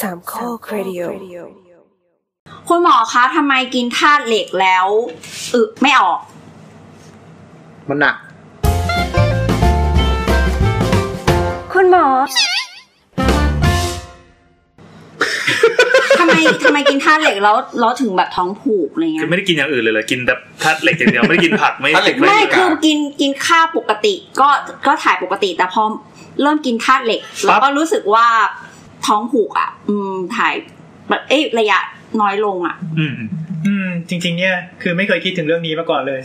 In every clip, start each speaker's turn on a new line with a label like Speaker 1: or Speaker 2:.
Speaker 1: สามข้อครดิโอ
Speaker 2: คุณหมอคะทำไมกินธาตุเหล็กแล้วอึไม่ออก
Speaker 3: มันหนัก
Speaker 1: คุณหมอ
Speaker 2: ทำไม ทำไมกินธาตุเหล็กแล้วแล้วถึงแบบท้องผูกอะไรเงี้
Speaker 4: คื
Speaker 2: ย
Speaker 4: อไม่ได้กินอย่างอื่นเลยเลยกินแต่ธาตุเหล็กอย่างเดียวไม่ได้กินผักไม่
Speaker 3: ธาตุเหล็ก
Speaker 2: ไม่
Speaker 4: ไม่
Speaker 2: คือกินกินข้าวปกติก็ก็ถ่ายปกติ แต่พอเริ่มกินธาตุเหล็ก แล้วก็รู้สึกว่าท้องผูกอ่ะ อืมถ่ายแบบเอ้ยระยะน้อยลงอ่ะ
Speaker 4: อืม
Speaker 5: อืมจริง ๆ เนี่ยคือไม่เคยคิดถึงเรื่องนี้มาก่อนเลย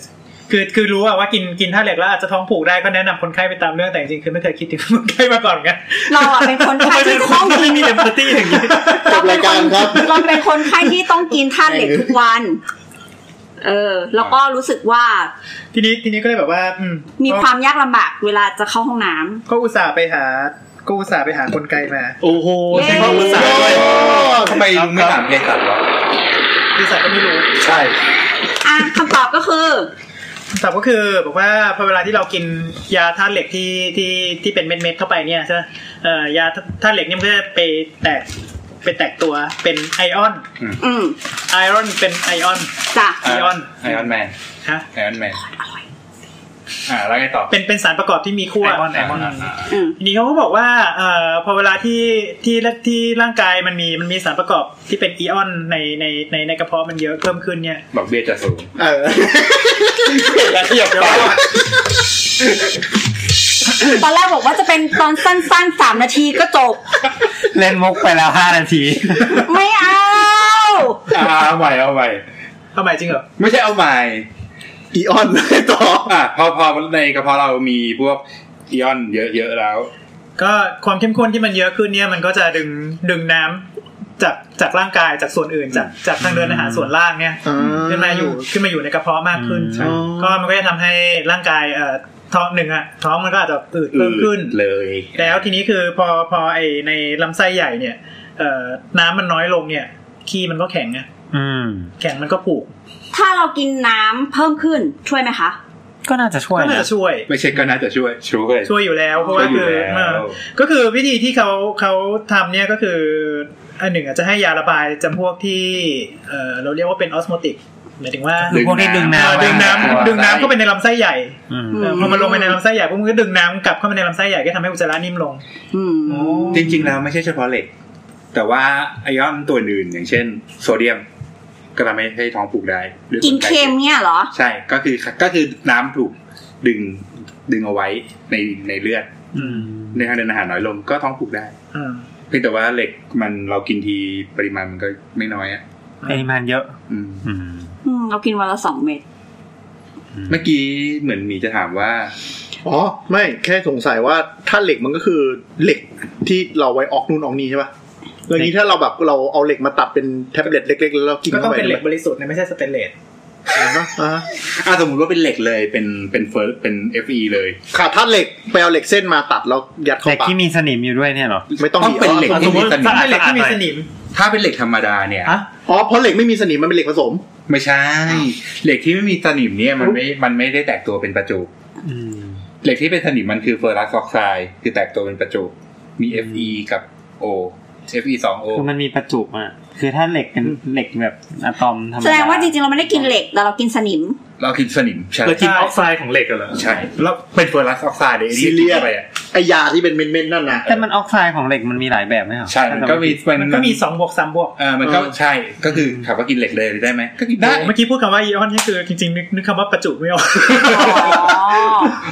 Speaker 5: คือคือรู้อะว่ากินกินท่าตุเหล็กแล้วอาจจะท้องผูกได้ก็แนะนำคนไข้ไปตามเรื่องแต่จริงๆคือไม่เคยคิดถึงคนไข้มาก่อนไง
Speaker 2: เราอ่ะเป็นคน
Speaker 4: ทำ
Speaker 2: ไข้
Speaker 4: ไมเป็
Speaker 2: ที่
Speaker 4: นค
Speaker 2: ต้อน งกิ
Speaker 4: ไม่
Speaker 2: น
Speaker 4: มีเอมพัตตี้อย่างนี้
Speaker 3: จบรายการครับ
Speaker 2: เราเป็นคนไข้ที่ต้องกินธา ตุเหล็กทุกวัน เออ แล้วก็รู้สึกว่า
Speaker 5: ทีนี้ทีนี้ก็เลยแบบว่าอืม
Speaker 2: มีความยากลำบากเวลาจะเข้าห้องน้ำ
Speaker 5: ก็อุตส่าห์ไปหา ก็อุตส่าห์ไปหากลไกมา
Speaker 4: โอ้โหใช้ความภาษาด้วย
Speaker 6: ทำไมลุงไม่ถามเภสัชหรอ
Speaker 5: บริษัทก็ไม่รู้
Speaker 6: ใช่
Speaker 2: อ่ะคำตอบก็คือ
Speaker 5: แต่ก็คือบอกว่าพอเวลาที่เรากินยาธาตุเหล็กที่ที่ที่เป็นเม็ดๆเข้าไปเนี่ยใช่ไหมเอ่อยาธาตุเหล็กเนี่ยมันก็จะไปแตกไปแตกตัวเป็นไอออน
Speaker 2: อืม
Speaker 5: ไอออนเป็นไอออน
Speaker 2: จ้ะ
Speaker 5: ไอออน
Speaker 6: ไอออนแมน
Speaker 5: ฮะ
Speaker 6: ไอออนแมนอ่าแล้วไงต่อ
Speaker 5: เป็นเป็นสารประกอบที่มีขั้ว
Speaker 4: ไอออน
Speaker 6: า
Speaker 2: อืม
Speaker 5: ทีนี้เขาก็บอกว่าเอ่อพอเวลาที่ที่ที่ร่างกายมันมีมันมีสารประกอบที่เป็นอีออนในในในในกระเพาะมันเยอะเพิ่มขึ้นเนี่ย
Speaker 6: ดอกเบี้ยจะสูง
Speaker 3: เออขยับปาก
Speaker 2: ตอนแรกบอกว่าจะเป็นตอนสั้นๆสามนาทีก็จบ
Speaker 7: เล่นมุกไปแล้วห้านาที
Speaker 2: ไม่เอา
Speaker 6: อ่าเอาใหม่เอาใหม่
Speaker 5: เข้าหมายจริงเหรอ
Speaker 6: ไม่ใช่เอาใหม่
Speaker 3: อีออนเลยต่อ
Speaker 6: อ่ะพอพอในกระเพาะเรามีพวกอีออนเยอะๆแล้ว
Speaker 5: ก็ความเข้มข้นที่มันเยอะขึ้นเนี่ยมันก็จะดึงดึงน้ำจากจากร่างกายจากส่วนอื่นจากจากทางเดินอาหารส่วนล่างเนี่ย
Speaker 3: อืม
Speaker 5: ขึ้นมาอยู่ขึ้นมาอยู่ในกระเพาะมากขึ้น
Speaker 4: อืม
Speaker 5: ก็มันก็จะทำให้ร่างกายเอ่อท้องหนึ่งอะท้องมันก็อาจจะอืดเพิ่มขึ้น
Speaker 6: เลย
Speaker 5: แล้วทีนี้คือพอพอไอในลำไส้ใหญ่เนี่ยเอ่อน้ำมันน้อยลงเนี่ยขี้มันก็แข็งไง
Speaker 7: อืม
Speaker 5: แข็งมันก็ผุ
Speaker 2: ถ้าเรากินน้ำเพิ่มขึ้นช่วยไหมคะ
Speaker 7: ก็น่าจะช่วย
Speaker 5: ก็น่า
Speaker 7: นะ
Speaker 5: จะช่วย
Speaker 6: ไม่ใช่ก็น่าจะช่วยช่วย
Speaker 5: ช่วยอยู่แล้วเพราะ
Speaker 6: ช่
Speaker 5: ว่า
Speaker 6: วยอยู่
Speaker 5: คือ
Speaker 6: แล้ว
Speaker 5: เออก็คือวิธีที่เขาเขาทำเนี่ยก็คืออันหนึ่งอาจจะให้ยาระบายจำพวกที่เออเราเรียกว่าเป็นออสโมติกหมายถึงว่า
Speaker 7: คือพวกที่ดึงน้ำ
Speaker 5: เออดึงน้ำดึงน้ำเข้าไปในลำไส้ใหญ่
Speaker 7: อืม
Speaker 5: เออพอมันลงไปในลำไส้ใหญ่พวกมันก็ดึงน้ำกลับเข้าไปในลำไส้ใหญ่ก็ทำให้อุจจาระนิ่มลง
Speaker 2: อืม
Speaker 6: จริงๆแล้วไม่ใช่เฉพาะเหล็ก แต่ว่าไอออนตัวอื่นอย่างเช่น โซเดียม ก็ทำให้ให้ท้องผูกได้ด้วย
Speaker 2: กินเค็มเนี่ยเหรอ
Speaker 6: ใช่ก็คือก็คือน้ำถูกดึงดึงเอาไว้ในในเลือด
Speaker 7: อืม
Speaker 6: ในทางเดินอาหารน้อยลงก็ท้องผูกได้
Speaker 5: อืม
Speaker 6: เพียงแต่ว่าเหล็กมันเรากินทีปริมาณมันก็ไม่น้อยอ่ะ
Speaker 7: ปริมาณเยอะ
Speaker 6: อืม
Speaker 7: อืม
Speaker 2: อืมเรากินวันละสองเม็ด
Speaker 6: เมื่อกี้เหมือนหมีจะถามว่า
Speaker 3: อ๋อ ไม่แค่สงสัยว่าถ้าเหล็กมันก็คือเหล็กที่เราไว้ออกนู่นออกนี่ใช่ปะแล้วอย่างนี้ถ้าเราแบบเราเอาเหล็กมาตัดเป็นแท็บเล็ตเล็กๆแล้วเรากิน
Speaker 5: ก็ต้
Speaker 3: เข้า
Speaker 5: อง
Speaker 3: ไป
Speaker 5: เป็นเหล็กบริสุทธิ์นะไม่ใช่สเตนเลส
Speaker 3: อ่าฮะอ่าฮะ
Speaker 6: อ่ะสมมติว่าเป็นเหล็กเลยเป็นเป็นเฟิร์สเป็นเอฟเลย
Speaker 3: ขาดธาตุเหล็กไปเอาเหล็กเส้นมาตัดแล้วยัดเข้า
Speaker 7: แต่
Speaker 3: ปาก
Speaker 7: ที่มีสนิมอยู่ด้วยเนี่ยเหรอ
Speaker 3: ไม่ต้อง
Speaker 6: ต้อง
Speaker 3: มี
Speaker 6: เป็นเหล็ก
Speaker 3: อ๋อ
Speaker 6: ที่มีสนิม
Speaker 5: ถ้าเป็นเหล็กที่มีสนิม
Speaker 6: ถ้าเป็นเหล็กธรรมดาเนี่ย
Speaker 7: อ่ะ
Speaker 3: อ๋อเพราะเหล็กไม่มีสนิมมันเป็นเหล็กผสม
Speaker 6: ไม่ใช่ เหล็กที่ไม่มีสนิมเนี่ยมันไม่มันไม่ได้แตกตัวเป็นประจุ
Speaker 7: อืม
Speaker 6: เหล็กที่เป็นสนิมมันคือเฟอร์รัสออกไซด์คือแตกตัวเป็นประจุ มี Fe กับ O Fe 2 O
Speaker 7: คือมันมีประจุอ่ะ คือถ้าเหล็กเป็นเหล็กแบบอะตอมธรรมดา
Speaker 2: แสดงว่าจริงๆเราไม่ได้กินเหล็กแต่เรากินสนิม
Speaker 6: เรากินสนิมใช่
Speaker 4: เรากินออกไซด์ของเหล็กกันเหรอ
Speaker 6: ใช่แล้วเป็นเฟอร์รัสออกไซด์เลย
Speaker 3: ซี
Speaker 6: ที่
Speaker 3: เรี
Speaker 6: กิน
Speaker 3: ยส
Speaker 6: เข้าไปอ่ะ
Speaker 3: ไอยาที่เป็นเม็ดๆนั่นนะ
Speaker 7: แต่มันออกไซด์ของเหล็กมันมีหลายแบบไหมเหรอ
Speaker 6: ใช่ มันก็มี
Speaker 5: มันก็มีสองบวกสามบวก
Speaker 6: เออมันก็
Speaker 3: เออ
Speaker 6: ใช่ ก็คือถามว่ากินเหล็กเลยได้ไหม ก็กินได้
Speaker 5: เมื่อกี้พูดคำว่าอีออนนี่คือจริงๆนึกนึกคำว่าประจุไม่ออก
Speaker 2: อ๋อ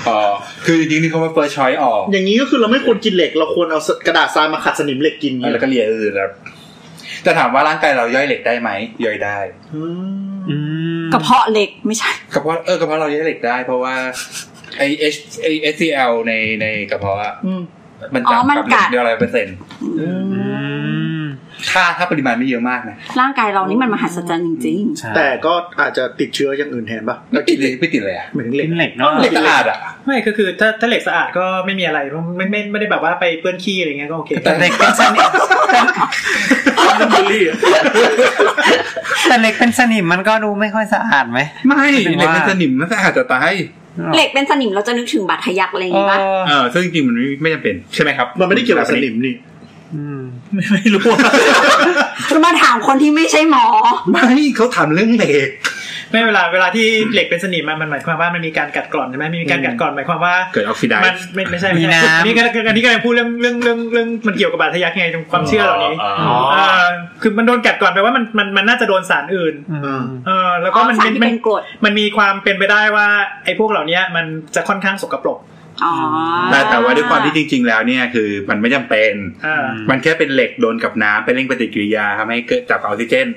Speaker 6: อ๋อคือจริงๆนี่เขาว่าเฟิร์สชอยออก
Speaker 3: อย่างนี้ก็คือเราไม่ควรกินเหล็ก เราควรเอากระดาษทรายมาขัดสนิมเหล็กกิน
Speaker 6: แล้วก็เลียอื่นครับแต่ถามว่าร่างกายเราย่อยเหล็กได้ไหมย่อยได้
Speaker 3: อืม
Speaker 7: อืม
Speaker 2: กระเพาะเหล็กไม่ใช่
Speaker 6: กระเพาะเออกระเพาะเราย่อยเหล็กได้ เพราะว่าไอเอชไอเอสซีเอลในในกระเพาะอะ
Speaker 3: อืม
Speaker 6: มัน
Speaker 2: อ๋อ
Speaker 6: จำ
Speaker 2: มัน
Speaker 6: กับเหล็
Speaker 2: กั
Speaker 6: ก
Speaker 2: ด
Speaker 6: เดียวอะไรเปอร์เซ็นต์
Speaker 3: อื
Speaker 7: อื
Speaker 3: ม
Speaker 7: ม
Speaker 6: ถ้าถ้าปริมาณไม่เยอะมากนะ
Speaker 2: ร่างกายเรานี่มันมหัศจรรย์จริง
Speaker 7: ใช่
Speaker 3: แต่ก็อาจจะติดเชื้ออย่างอื่นแทนปะ
Speaker 6: ไม่ติดเลยไม่ติดเลยอะ
Speaker 3: เหมือนเหล็
Speaker 7: กิ
Speaker 3: ก
Speaker 7: นเหล็กเนาะ
Speaker 6: เหล็กสะอาดอะ
Speaker 5: ไม่คือคือถ้าถ้าเหล็กสะอาดก็ไม่มีอะไรไม่ไม่ไม่ได้แบบว่าไปเปื้อนขี้อะไรเงี้ยก็โอเค
Speaker 7: แต่เหล็กเป็นสนิ ม
Speaker 4: มันบูลลี่อะ
Speaker 7: แต่เหล็กเป็นสนิมมันก็ดูไม่ค่อยสะอาดไหม
Speaker 6: ไม่
Speaker 7: หรือ
Speaker 6: เหล็ก
Speaker 7: ว่า
Speaker 6: เป็นสนิมมันสะอาดจะตาย
Speaker 2: ๆ เหล็กเป็นสนิมเราจะนึกถึงบาดทะยักอะไรอย่าง
Speaker 7: เอ
Speaker 2: งี้ปะ
Speaker 7: อ
Speaker 6: เออซึ่งจริงๆมันไม่ไม่จำเป็นใช่ไหมครับ
Speaker 3: มันไม่ได้เกี่ยวกับสนิมนี่
Speaker 7: อืม
Speaker 4: ไม่ไม่ รู้อะ
Speaker 2: มาถามคนที่ไม่ใช่หมอ
Speaker 6: ไม่เขาถามเรื่องเหล็ก
Speaker 5: ไม่เวลาเวลาที่เหล็กเป็นสนิมอะมันหมายความว่ามันมีการกัดกร่อนใช่ไหมมีการกัดกร่อนหมายความว่า
Speaker 6: เกิดออกซิได
Speaker 5: มัน
Speaker 6: ซ์
Speaker 5: ไม่ไม่ใช่ไม่ใช่นี่ก็อันนี้กำลังพูดเรื่องเรื่องเรื่องเรื่องมันเกี่ยวกับบาดทะยักไงตรงความเชื่อเหล่านี้
Speaker 4: อ๋อ
Speaker 5: เออคือมันโดนกัดก่อนแปลว่ามันมันมันน่าจะโดนสารอื่น
Speaker 7: อืม
Speaker 5: เออแล้วก็มัน
Speaker 2: อ๋อสารที่
Speaker 5: มั
Speaker 2: เป็นกรด
Speaker 5: มันมีความเป็นไปได้ว่าไอ้พวกเหล่านี้มันจะค่อนข้างสกปรก
Speaker 2: อ๋อ
Speaker 6: แต่แต่ว่าด้วยความที่จริง ๆ แล้วเนี่ยคือมันไม่จำเป็น
Speaker 5: เออ
Speaker 6: มันแค่เป็นเหล็กโดนกับน้ำเป็นเร่งปฏิกิริยาทำให้เกิดจับออกซิเจน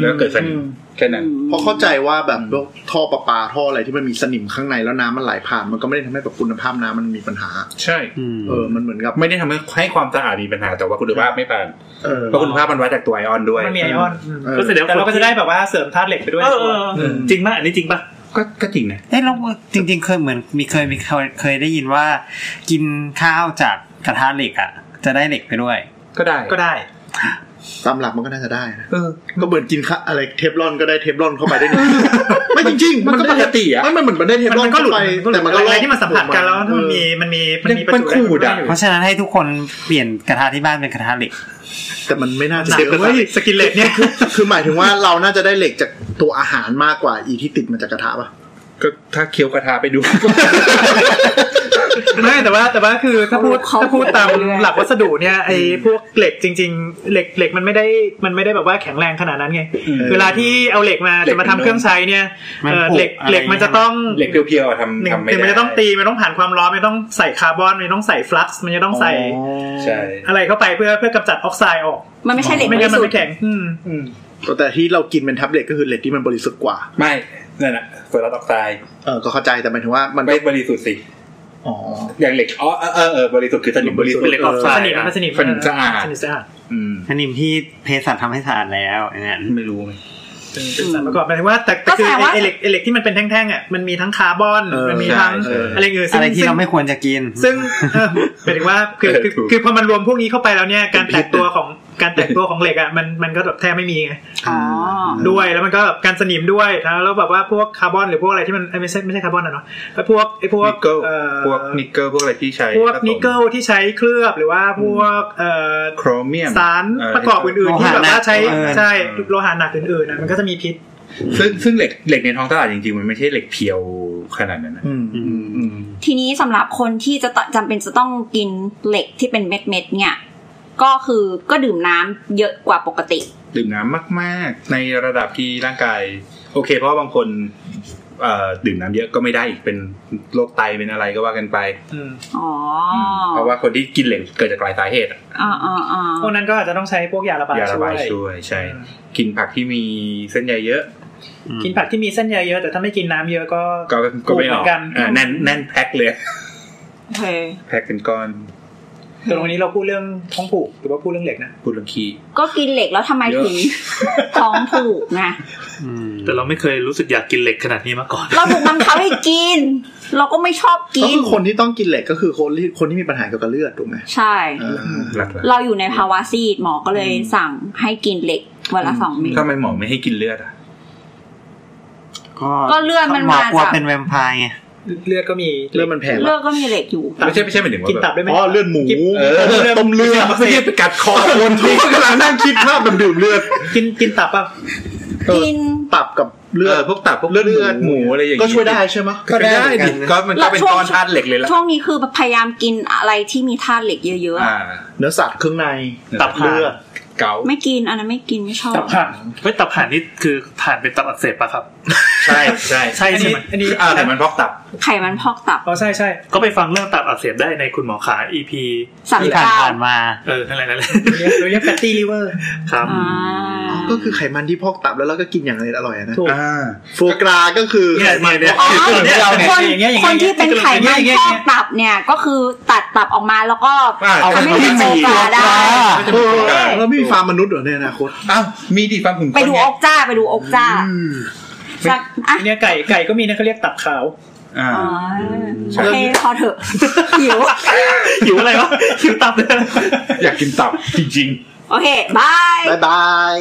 Speaker 6: แล้วเกิดสนิมแค่นั้น
Speaker 3: เพราะเข้าใจว่าแบบพวกท่อประปาท่ออะไรที่มันมีสนิมข้างในแล้วน้ำมันไหลผ่าน มันก็ไม่ได้ทำให้แบบคุณภาพน้ำมันมีปัญหา
Speaker 6: ใช่
Speaker 7: อืม
Speaker 3: เออ มันเหมือนกับ
Speaker 6: ไม่ได้ทำให้ให้ความสะอาดมีปัญหาแต่ว่าคุณภาพไม่ผ่าน
Speaker 3: เออ
Speaker 6: เพราะคุณภาพมันวัดจากตัวไอออนด้วย
Speaker 5: มันมีไอออน
Speaker 3: เออ
Speaker 4: ก็แสดง
Speaker 5: แต่
Speaker 4: ว่
Speaker 5: เราก็จะได้แบบว่าเสริมธาตุเหล็กไปด้วย
Speaker 4: เออเออเออจริงป่ะอันนี้จริงป่ะ
Speaker 6: ก็ก็จริงนะ
Speaker 7: เอ้เราจริง ๆ เคยเหมือนมีเคยมีเคยเคยได้ยินว่า กินข้าวจากกระทะเหล็กอ่ะ จะได้เหล็กไปด้วย
Speaker 6: ก็ได้
Speaker 5: ก็ได้
Speaker 3: ตามหลักมันก็น่าจะได้นะ
Speaker 6: เออ
Speaker 3: ก็เหมือนกินข้าอะไรเทฟลอนก็ได้เทฟลอนเข้าไปได้นี่ ไม่จริงๆ
Speaker 6: มันก็ปกติอะ
Speaker 3: ไม่มันเหมือนมันได้เทฟลอน
Speaker 5: มันก็หลุด
Speaker 3: เข้าไปแต่
Speaker 5: แต่
Speaker 3: มันก็
Speaker 5: อะไร
Speaker 3: ลอก
Speaker 5: ที่มันสัมผัสกันแล้วถ้ามันมีมันมีมันมีประจุ
Speaker 6: มันขูดอะ
Speaker 5: ได้ยู่
Speaker 7: เพราะฉะนั้นให้ทุกคนเปลี่ยนกระทะที่บ้านเป็นกระทะเหล็ก
Speaker 3: แต่มันไม่น่าจะ
Speaker 5: หนัก
Speaker 3: เยอะ
Speaker 5: เล
Speaker 3: เว้
Speaker 5: ย
Speaker 3: ย
Speaker 5: สกินเหล็กเนี่ย
Speaker 3: คือคือหมายถึงว่าเราน่าจะได้เหล็กจากตัวอาหารมากกว่าอีที่ติดมาจากกระทะป่ะ
Speaker 6: ก็ถ้าเคี้ยวกระทาไป ดู
Speaker 5: ไม่แต่ว่าแต่ว่าคือถ้าพูด
Speaker 2: เขา
Speaker 5: ถ้าพูดตาม
Speaker 2: เขาเรื่อยๆ
Speaker 5: หลักวัสดุเนี่ยไอ้พวกเหล็กจริง ๆ เหล็กเหล็กมันไม่ได้มันไม่ได้แบบว่าแข็งแรงขนาดนั้นไง
Speaker 6: อืม
Speaker 5: เวลาที่เอาเหล็กมา
Speaker 6: เหล็ก
Speaker 5: จะมาทำ
Speaker 6: เป็น
Speaker 5: เครื่องใช้เนี่ย
Speaker 7: มัน
Speaker 5: เอ่อ
Speaker 7: ผุ
Speaker 5: เหล็ก
Speaker 7: อะไร
Speaker 5: เหล็กมันจะ
Speaker 7: อย่าง
Speaker 5: ต้อง
Speaker 7: เงี้ย
Speaker 6: เหล็กเพียวๆท
Speaker 5: ห
Speaker 6: ำ
Speaker 5: นึ่ง
Speaker 6: ทำไม่
Speaker 5: หนึ่ง
Speaker 6: ได้
Speaker 5: มันจะต้องตีมันต้องผ่านความร้อนมันต้องใส่คาร์บอนมันต้องใส่ฟลักซ์มันจะต้องใส่
Speaker 6: ใช่
Speaker 5: อะไรเข้าไปเพื่อเพื่อกำจัดออกไซด์ออก
Speaker 2: มันไม่ใช่เหล็ก
Speaker 5: ไม่งั้นมัน
Speaker 2: สุ
Speaker 5: ไม่แข็งอืม
Speaker 3: แต่ที่เรากินเป็นแท็บเล็ตก็คือเหล็กที่มันบริสุทธิ์กว่า
Speaker 6: ไม่นั่นแหละเฟอร์รัสออกไซด์
Speaker 3: เออ ก็เข้าใจแต่หมายถึงว่ามัน
Speaker 6: ไม่บริสุทธิ์สิ
Speaker 3: อ๋อ
Speaker 6: อย่างเหล็กอ๋อเออเออเออบริสุทธิ์คือสนิมบริสุทธิ์
Speaker 4: เป็นเหล็กออกไซด์
Speaker 5: สนิมมันสนิม
Speaker 6: สนิมสะอาด
Speaker 5: สนิมสะอาด
Speaker 6: อืม
Speaker 7: อันนี้ที่เพศสัตว์ทำให้สะอาดแล้วอย่างนั้น
Speaker 6: ไม่รู้ไหม
Speaker 5: เป็นสารประกอบหมายถึงว่าแต่แต่คือไอ้ไอ้เหล็กไอ้เหล็กที่มันเป็นแท่งๆอ่ะมันมีทั้งคาร์บอน
Speaker 3: เออ
Speaker 5: มันมี
Speaker 3: ใช่
Speaker 5: ทั้ง
Speaker 3: เอออ
Speaker 5: อะไรอื่นซึ่
Speaker 7: อะ
Speaker 5: ง
Speaker 7: ไรที่
Speaker 5: ซึ่ง
Speaker 7: เราไม่ควรจะกิน
Speaker 5: ซึ่งเออหมายถึงว่าคือคือคือพอมันรวมพวกนี้เข้าไปแล้วเนี่ยการแตกตัวของการแตกตัวของเหล็กอ่ะมันมันก็แบบแทบไม่มีไง
Speaker 2: อ๋อ
Speaker 5: ด้วยแล้วมันก็แบบการสนิมด้วยนะแล้วแบบว่าพวกคาร์บอนหรือพวกอะไรที่มันเอ้ยไม่ใช่ไม่ใช่คาร์บอนนะเนาะไอ้พวกไอ้พวก
Speaker 6: นิกเกิล
Speaker 5: เอ่อ
Speaker 6: พวกนิกเกิลพวกอะไรที่ใช้
Speaker 5: พวก
Speaker 6: ผสม
Speaker 5: นิกเกิลที่ใช้เคลือบหรือว่าพวกเอ่อ
Speaker 6: โครเมียม
Speaker 5: สาร
Speaker 6: เ
Speaker 5: ประกอบอื่นๆที่แบบว่าใช้
Speaker 7: โลหะหนัก
Speaker 5: ใช่โลหะหนักอื่นๆนะมันก็จะมีพิษ
Speaker 6: ซึ่งซึ่งเหล็กเหล็กในท้องตลาดจริงๆ มันไม่ใช่เหล็กเพียวขนาดนั้นนะ
Speaker 3: อืมอืม
Speaker 6: อืม
Speaker 2: ทีนี้สำหรับคนที่จะต้องจำเป็นจะต้องกินเหล็กที่เป็นเม็ดเม็ดๆเนี่ย ก็คือก็ดื่มน้ำเยอะกว่าปกติ
Speaker 6: ดื่มน้ำมากๆ ในระดับที่ร่างกาย โอเค เพราะว่าบางคนเอ่อดื่มน้ำเยอะก็ไม่ได้อีกเป็นโรคไตเป็นอะไรก็ว่ากันไป
Speaker 5: อืม
Speaker 2: อ๋อ
Speaker 6: มเพราะว่าคนที่กินเหล็กเกิดจากหลายสาเหตุอะ
Speaker 2: อ่าอ่าอ่า
Speaker 5: พวกนั้นก็อาจจะต้องใช้พวกยาระบาย
Speaker 6: ยาระบาย
Speaker 5: ช่
Speaker 6: ช่
Speaker 5: วย
Speaker 6: วยใช่
Speaker 5: อืม
Speaker 6: กินผักที่มีเส้นใยเยอะ
Speaker 5: กินผักที่มีเส้นใยเยอะแต่ถ้าไม่กินน้ำเยอะก็
Speaker 6: ก็ก็ไม่อ
Speaker 5: ปลูกเหมื
Speaker 6: อก
Speaker 5: อนกัน
Speaker 6: อ่าแน่นแน่นแพ็คเลย
Speaker 2: โอเค
Speaker 6: แพ็คเป็นก้อน
Speaker 5: ตรงนี้เราพูดเรื่องท้องผูกหรือว่าพูดเรื่องเหล็กนะ
Speaker 6: พูดลงคี
Speaker 2: ก็กินเหล็กแล้วทำไม
Speaker 6: เยอะ
Speaker 2: ถึงท้องผูกนะ
Speaker 7: อืม
Speaker 4: แต่เราไม่เคยรู้สึกอยากกินเหล็กขนาดนี้มาก่ อน
Speaker 2: เราถูกบังคับให้กิน เราก็ไม่ชอบ
Speaker 3: ก็
Speaker 2: กิน
Speaker 3: คือคนที่ต้องกินเหล็กก็คือคนที่คนที่มีปัญหาเกี่ยวกับเลือดถูกไหม
Speaker 2: ใช่
Speaker 3: เออ
Speaker 6: หลัก
Speaker 2: เราอยู่ในภาวะซีดหมอก็เลยสั่งให้กินเหล็กวันละสองเม็ด
Speaker 6: ๆทำไมหมอไม่ให้กินเลือดอ่ะ
Speaker 2: ก็เลือดมัน
Speaker 7: ห
Speaker 2: มา
Speaker 7: อ
Speaker 2: จาก
Speaker 7: กลัวเป็นแวมไพร์ไง
Speaker 5: เลือดก็มี
Speaker 3: เลือดมันแพง
Speaker 2: เลือกก็มีเหล็กอยู่
Speaker 6: ไม่ใช่ไม่ใช่หมายถึงว่า
Speaker 5: กิน
Speaker 6: แบ
Speaker 5: ตับบ ได้ไหม
Speaker 3: อ๋อเลือดหมู
Speaker 5: กิน
Speaker 6: เออ
Speaker 3: ต้มเลือด
Speaker 6: ไม่ใช่ไปกัดคอ คนที่กำลังนั่งคิดภาพแบบดื่มเลือด
Speaker 5: กินกินตับป่ะ
Speaker 2: กิน
Speaker 3: ตับกับเลื
Speaker 6: เลื
Speaker 3: อ
Speaker 6: อ
Speaker 3: ด
Speaker 6: ดพวกตับพวกเลือดหมูอะไรอย่าง
Speaker 3: ก็
Speaker 6: เงี้
Speaker 3: ช่วยได้ใช่ไหม
Speaker 6: ก็ได้
Speaker 7: ก็ได้เหมือนกั
Speaker 6: ดิ
Speaker 7: นนะ
Speaker 6: ก็มันก็เป็น
Speaker 2: แล้วช่วง
Speaker 6: ก้อนธาตุเหล็กเลยล่ะ
Speaker 2: ช่วงนี้คือพยายามกินอะไรที่มีธาตุเหล็กเยอะๆ
Speaker 6: อ่า
Speaker 2: อะ
Speaker 3: เนื้อสัตว์เครื่องใน
Speaker 4: ตับ
Speaker 3: เลือด
Speaker 6: เกา
Speaker 2: ไม่กินอันนั้นไม่กินไม่ชอบ
Speaker 4: ตับผ่านเฮ้ยตับผ่านนี่คือผ่านเป็นตับอักเสบปะครับ
Speaker 6: ใช่ใช่
Speaker 4: ใช่
Speaker 5: อัน
Speaker 4: ใช่
Speaker 5: นี้
Speaker 4: ไหม
Speaker 5: อันนี้
Speaker 6: อ่าแต่มันพอกตับ
Speaker 2: ไขมันพอกตับ
Speaker 5: อ๋อใช่ใช่
Speaker 4: ก็ไปฟังเรื่องตับอักเสบได้ในคุณหมอขา EP
Speaker 2: สาม
Speaker 7: ที่ผ่าน
Speaker 2: เก้า
Speaker 7: ผ่านๆมา
Speaker 4: เออนั่นแหละนั่นแหละ
Speaker 5: เรียกเรียกแฟตตี้ลิเวอร์
Speaker 4: ครับ
Speaker 2: อ่า
Speaker 3: ก็คือไขมันที่พอกตับแล้วเราก็กินอย่างอร่อยๆนะ
Speaker 5: ถูก
Speaker 6: อ่า
Speaker 3: โฟกราก็คือ
Speaker 4: เนี่ยเนี่ยเนี่ย
Speaker 2: อ๋อ
Speaker 5: เนี่ยเราเนี่ย
Speaker 2: คน
Speaker 5: อย่างเงี้ยอย่างเงี้ย
Speaker 2: คนที่เป็นไข
Speaker 5: อย่างเงี้
Speaker 2: มัน
Speaker 5: ยอย่างเงี้ย
Speaker 2: พอกตับเนี่ยก็คือตัดตับออกมาแล้วก็
Speaker 6: อ่า
Speaker 2: ทำให้เป็นโฟกาได้
Speaker 3: เออแล้วไม่มีฟาร์มมนุษย์เหรอในอนาคต
Speaker 6: อ้าวมีดิฟังผมก่อน
Speaker 2: ไปดู
Speaker 6: ง
Speaker 2: อกจ้าไปดูอกจ้าสักอ่ะ
Speaker 5: เนี่ยไก่ไก่ก็มีนะเขาเรียกตับขาว
Speaker 6: อ่า
Speaker 2: อ๋อ
Speaker 6: ใช่
Speaker 2: โอเคพอเถอะหิว
Speaker 4: หิวอะไรวะหิวตับเลย
Speaker 6: อยากกินตับจริง
Speaker 2: โอเคบาย
Speaker 3: บายบาย